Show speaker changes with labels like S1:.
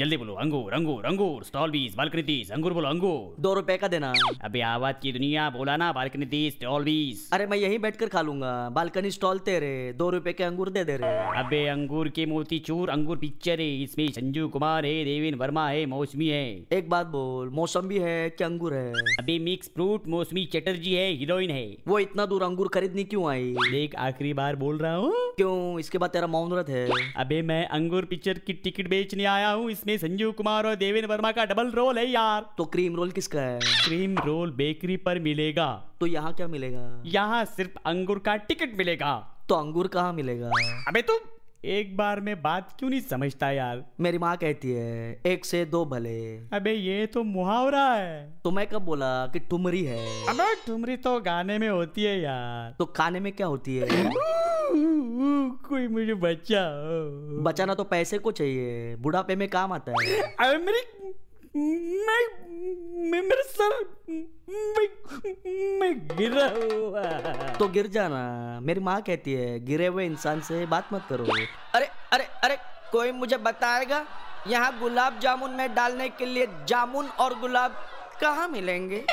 S1: जल्दी बोलो अंगूर अंगूर अंगूर स्टॉल बीस बालकनी तीस अंगूर बोलो अंगूर
S2: दो रुपए का देना
S1: अबे आवाज की दुनिया बोला ना बालकनी तीस स्टॉल बीस
S2: अरे मैं यहीं बैठकर खा लूंगा बालकनी स्टॉल तेरे दो रुपए के अंगूर दे दे रे
S1: अबे अंगूर के मोती चूर अंगूर पिक्चर है इसमें संजू कुमार है देवेन वर्मा है मौसमी है
S2: एक बात बोल मौसम्बी है कि अंगूर है
S1: अबे मिक्स फ्रूट मौसमी चटर्जी है हीरोइन है
S2: वो इतना दूर अंगूर खरीदने क्यों आई
S1: देख आखिरी बार बोल रहा हूँ
S2: क्यों इसके बाद तेरा मौन व्रत है
S1: अबे मैं अंगूर पिक्चर की टिकट बेचने आया हूँ इसमें संजू कुमार और देवेन वर्मा का डबल रोल है यार
S2: तो क्रीम रोल किसका है
S1: क्रीम रोल बेकरी पर मिलेगा
S2: तो यहाँ क्या मिलेगा
S1: यहाँ सिर्फ अंगूर का टिकट मिलेगा
S2: तो अंगूर कहाँ मिलेगा
S1: अबे तू एक बार में बात क्यों नहीं समझता यार
S2: मेरी माँ कहती है एक से दो भले
S1: अबे ये तो मुहावरा है
S2: तो मैं कब बोला कि ठुमरी है
S1: अबे ठुमरी तो गाने में होती है यार
S2: तो खाने में क्या होती है
S1: कोई मुझे बच्चा
S2: बचाना तो पैसे को चाहिए बुढ़ापे में काम आता है
S1: अरे मेरी मैं मैं मेरा सर मैं मैं गिरा हुआ
S2: तो गिर जाना मेरी माँ कहती है गिरे हुए इंसान से बात मत करो अरे अरे अरे कोई मुझे बताएगा यहाँ गुलाब जामुन में डालने के लिए जामुन और गुलाब कहाँ मिलेंगे